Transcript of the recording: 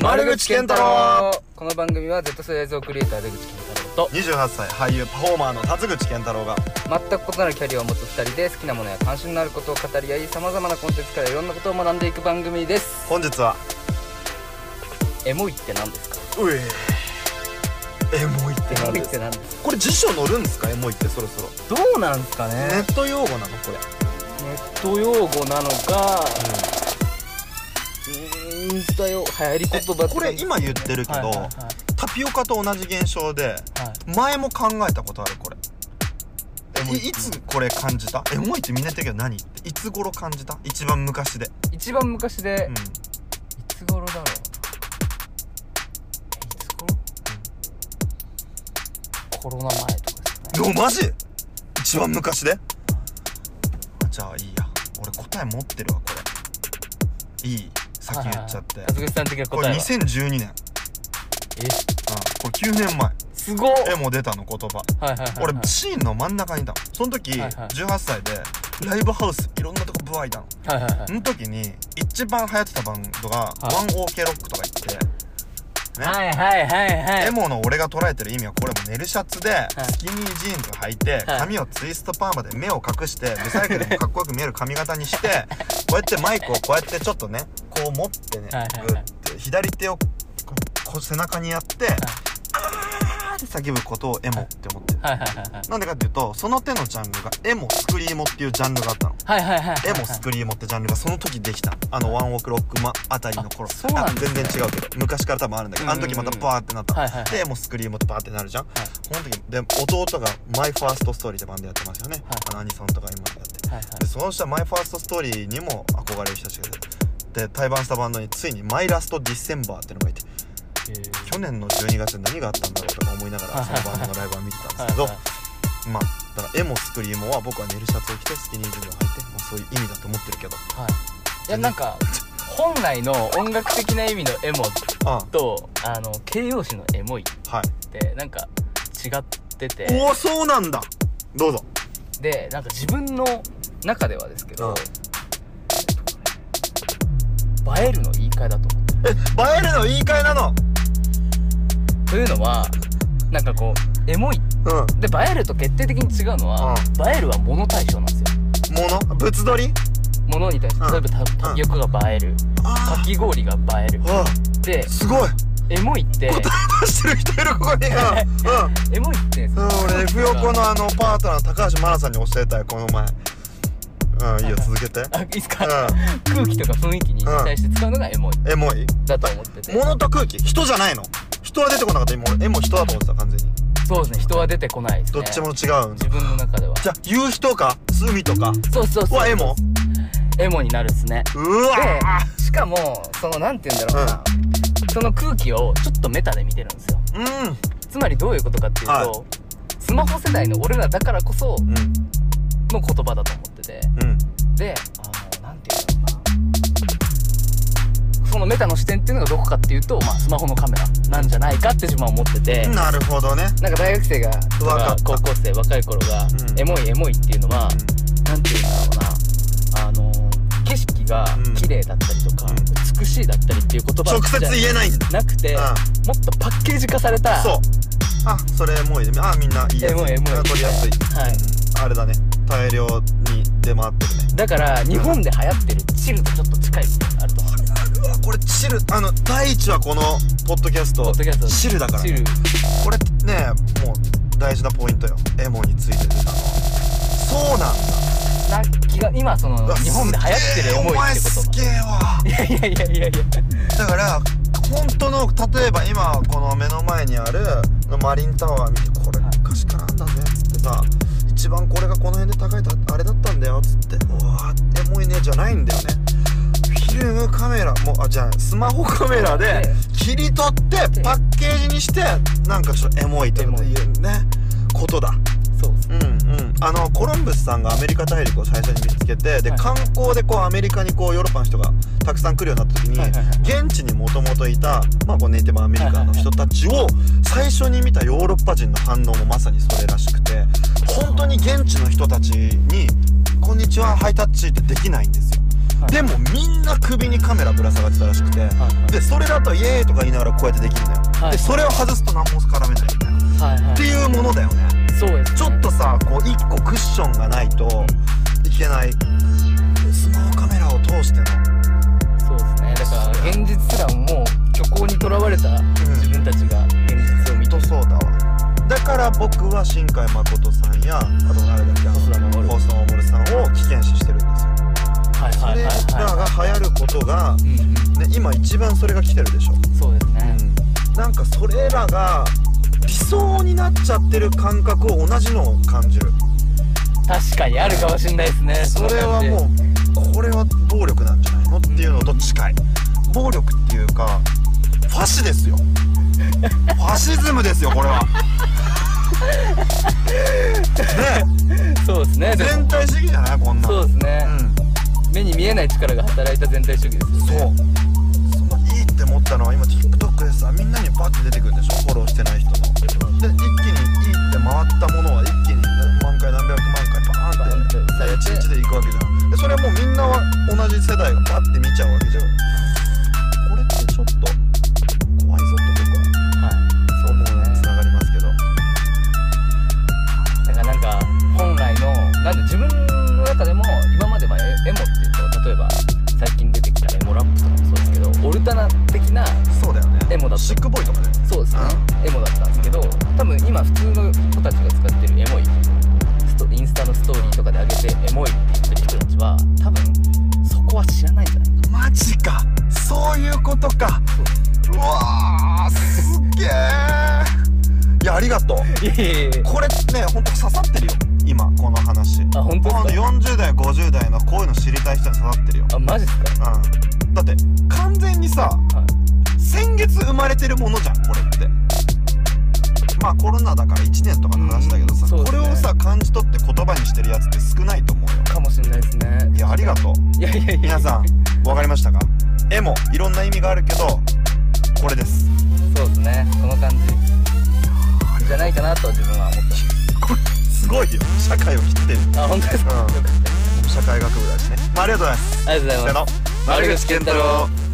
丸口健太郎この番組は Z 世代像クリエイター出口健太郎と28歳俳優パフォーマーの辰口健太郎が全く異なるキャリアを持つ2人で好きなものや関心のあることを語り合いさまざまなコンテンツからいろんなことを学んでいく番組です本日はエモいって何ですかうえエモいってエなんモいでっすて何ですかこれ辞書載るんですかエモいってそろそろどうなんですかねネット用語なのこれネット用語なのかうーんインスタ用流行り言葉ってこれ今言ってるけはいどはいはいタピオカと同じ現象ではい前も考えたことあるこれエモいっていいつこれ感じたエモいってみんな言ってるけど何っていつ頃感じた一番昔で一番昔で、うんいつ頃だろういつ頃コロナ前とかですねでもマジ一番昔であじゃあいいや俺答え持ってるわこれいい先言っちゃって、はいはいはい辰口さん的なこれ答えは2012年、うん、こえれ9年前すごっ絵も出たの言葉はいはいはい、はい、俺シーンの真ん中にいたのその時はいはい18歳でライブハウスいろんなとこぶわいたのはいはいはいその時に一番流行ってたバンドがはいワンオーケロックとか言ってねはいはいはいはいエモの俺が捉えてる意味はこれも寝るシャツでスキニージーンズ履いてはい髪をツイストパーマで目を隠してブサイクでもかっこよく見える髪型に してこうやってマイクをこうやってちょっとねこう持ってねはいはいはいグッて左手をこうこう背中にやってあーって叫ぶことをエモって思ってるはいはいはいはいなんでかっていうとその手のジャンルがエモスクリーモっていうジャンルがあったのはいはいはいエモスクリーモってジャンルがその時できたあのワンオクロックマあたりの頃あそうなんですねあ全然違うけど昔から多分あるんだけどあの時またバーってなったのはいはいはいでエモスクリーモってバーってなるじゃんこの時で弟がマイファーストストーリーってバンドやってますよねはいあのアニソンとか今やってはいはいでその人はマイファーストストーリーにも憧れる人たちがいてで対バンしたバンドについにマイラストディセンバーってのがいてえー去年の12月に何があったんだろうとか思いながらそのバンドのライブは見てたんですけどはいはいまあだからエモスクリーモは僕は寝るシャツを着てスキニージーンズを履いて、まあ、そういう意味だと思ってるけどはいいやなんか本来の音楽的な意味のエモあとあの形容詞のエモいっはいてなんか違ってておおそうなんだどうぞでなんか自分の中ではですけうんど映えるの言い換えだと思え映えるの言い換えなのうというのはなんかこうエモいうんで映えると決定的に違うのは、映えるは物対象なんですよ物物撮り物に対してうん例えばタタピオカが映えるかあき氷が映えるーあでーすごいエモいって出してる人いるここにうんうんエモいってうん、俺 F 横のあのパートナーの高橋真奈さんに教えたよこの前うんいいよ続けてあいいですか、空気とか雰囲気に対して使うのがエモいエモいだと思ってて、物と空気人じゃないの人は出てこなかった今俺エモ人だと思ってた完全にそうですね人は出てこないですどねっちも違うんだ自分の中ではじゃあ夕日とか海とかそうそうそうはエモエモになるっすねうわでしかもそのなんて言うんだろうな、その空気をちょっとメタで見てるんですようんつまりどういうことかっていうと、はいスマホ世代の俺らだからこそうんの言葉だと思っててうんであのなんて言うんだろうなそのメタの視点っていうのがどこかっていうと、まあ、スマホのカメラなんじゃないかって自分は思ってて、うんなるほどねなんか大学生がとわかかった高校生若い頃が、うんエモいエモいっていうのは、なんていうんだろうなあのー景色がうん綺麗だったりとか、うん美しいだったりっていう言葉直接じ言えないんだゃなくて、うんもっとパッケージ化されたそうあそれエモいであみんないいやエつモいエモいあ取りやすいはいあれだね大量に出回ってるねだから日本で流行ってるチルとちょっと近い部分があると思うんですうわこれチルあの第一はこのポッドキャストポッドキャストチルだから、チルね、これねもう大事なポイントよエモについて出たのはそうなんだな気が今そのうわ日本で流行ってるエモいってす言げえお前すげえわ葉いやいやいやいやいやだから本当の例えば今この目の前にあるマリンタワー見てこれはい昔からあんだぜっつってさ一番これがこの辺で高いたあれだったんだよっつってうわーエモいねじゃないんだよねフィルムカメラもあじゃあスマホカメラでで切り取ってでパッケージにしてなんかちょっとエモいとかっていうねことだそうですうんうん、あのコロンブスさんがアメリカ大陸を最初に見つけてで、はい観光でこうアメリカにこうヨーロッパの人がたくさん来るようになった時に、はいはいはい現地にもともといた、まあ、こうネイティブアメリカの人たちを最初に見たヨーロッパ人の反応もまさにそれらしくて本当に現地の人たちに「こんにちはハイタッチ」ってできないんですよ。はいでもみんな首にカメラぶら下がってたらしくて、いでそれだとイエーイとか言いながらこうやってできるんだよ、はいでそれを外すと何も絡めないみたいな、はいはっていいうものだよねそうですねちょっとさこう一個クッションがないといけないスマホカメラを通してのそうですねだから現実すらもう虚構にとらわれた自分たちが現実を見本て当そうだわだから僕は新海誠さんやあと誰だっけあの細田守細田守さんを危険視してるんですよはいそはいはいれらはが流行ることが、い、うんうね、今一番それが来てるでしょ、ん、そうですね、なんかそれらが理想になっちゃってる感覚を同じのを感じる確かにあるかもしれないですねそれはうもうこれは暴力なんじゃないのっていうのと近い暴力っていうかファシですよファシズムですよこれはねそうですねえでも全体主義じゃないこんなそううですね、ん目に見えない力が働いた全体主義ですよそうねそのいいって思ったのは今 TikTok でさみんなにバッて出てくるんでしょフォローしてない人ので一気にいいって回ったものは一気に何万回何百万回バーンってバーンって1日でいくわけじゃんでそれはもうみんなは同じ世代がバッて見ちゃうわけじゃんこれってちょっと怖いぞって僕ははいそうですねつながりますけどだからなんか本来のなんで自分の中でも今まではエエモっていうと例えば最近出てきたエモラップとかもそうですけどオルタナ的なそうだよねエモだったシックボーイとかねそうですねエモだったんですけど多分今普通の子たちが使ってるエモいストインスタのストーリーとかで上げてエモいって言ってる人たちは多分そこは知らないんじゃないかマジかそういうことかうわーすっげえいやありがとういやいやいやこれねほんと刺さってるよ今この話あ本当このですか40代50代のこういうの知りたい人に刺さってるよ、あマジですかうん、だって完全にさはい先月生まれてるものじゃんこれってまあコロナだから1年とかの話だけどさ、うんそうこですれねをさ感じ取って言葉にしてるやつって少ないと思うよかもしれないですねいやありがとういやいやいや皆さん分かりましたか絵もいろんな意味があるけどこれですそうですねこの感じじゃないかなと自分は思ってますこれすごいよ社会を切ってるあ本当ですか、うんよかった社会学部だしね、まあ、ありがとうございますありがとうございます丸口健太郎